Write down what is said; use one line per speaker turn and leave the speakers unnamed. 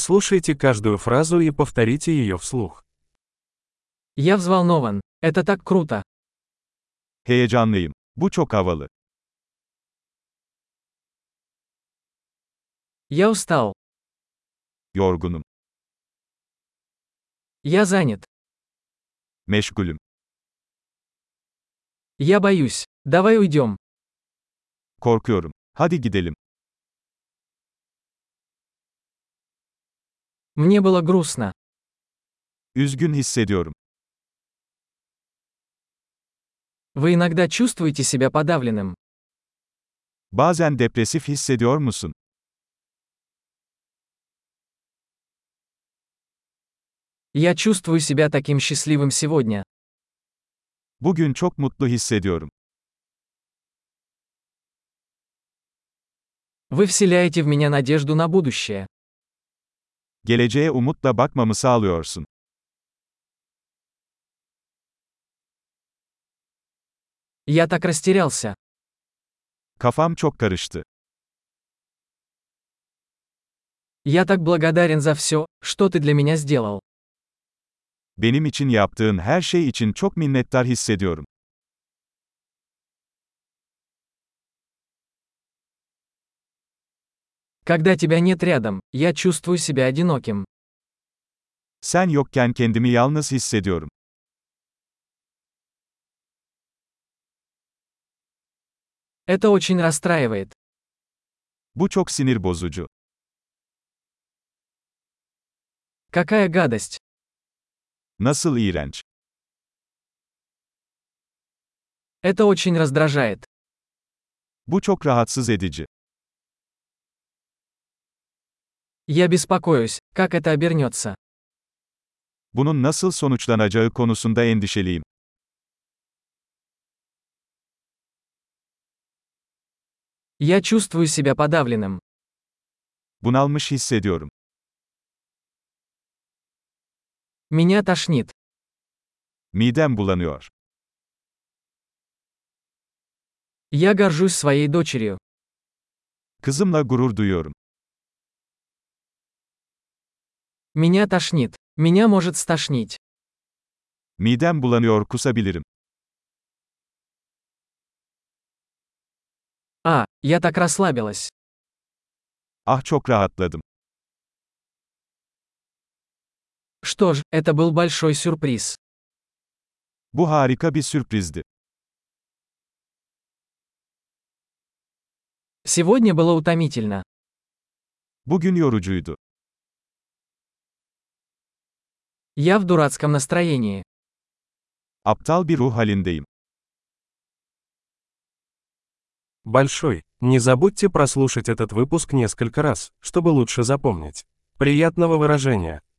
Прослушайте каждую фразу и повторите ее вслух.
Я взволнован. Это так круто.
Heyecanlıyım. Bu çok havalı.
Я устал.
Yorgunum.
Я занят.
Meşgulüm.
Я боюсь. Давай уйдем.
Korkuyorum. Hadi gidelim.
Мне было грустно.
Üzgün hissediyorum.
Вы иногда чувствуете себя подавленным.
Bazen depresif hissediyor musun?
Я чувствую себя таким счастливым сегодня.
Bugün çok mutlu hissediyorum.
Вы вселяете в меня надежду на будущее.
Geleceğe umutla bakmamı sağlıyorsun.
Я так растерялся.
Kafam çok karıştı.
Я так благодарен за все, что ты для меня сделал.
Benim için yaptığın her şey için çok minnettar hissediyorum.
Когда тебя нет рядом, я чувствую себя одиноким.
Sen yokken kendimi yalnız hissediyorum.
Это очень расстраивает.
Bu çok sinir bozucu.
Какая гадость.
Nasıl iğrenç.
Это очень раздражает.
Bu çok rahatsız edici.
Я беспокоюсь, как это обернется.
Bunun nasıl sonuçlanacağı konusunda endişeliyim.
Я чувствую себя подавленным.
Bunalmış hissediyorum.
Меня тошнит.
Midem bulanıyor.
Я горжусь своей дочерью.
Kızımla gurur duyuyorum.
Меня тошнит. Меня может стошнить.
Midem bulanıyor kusabilirim.
А, я так расслабилась.
Ah çok rahatladım.
Что ж, это был большой сюрприз.
Bu harika bir sürprizdi.
Сегодня было утомительно.
Bugün yorucuydu.
Я в дурацком настроении.
Aptal bir ruh halindeyim.
Большой. Не забудьте прослушать этот выпуск несколько раз, чтобы лучше запомнить. Приятного выражения.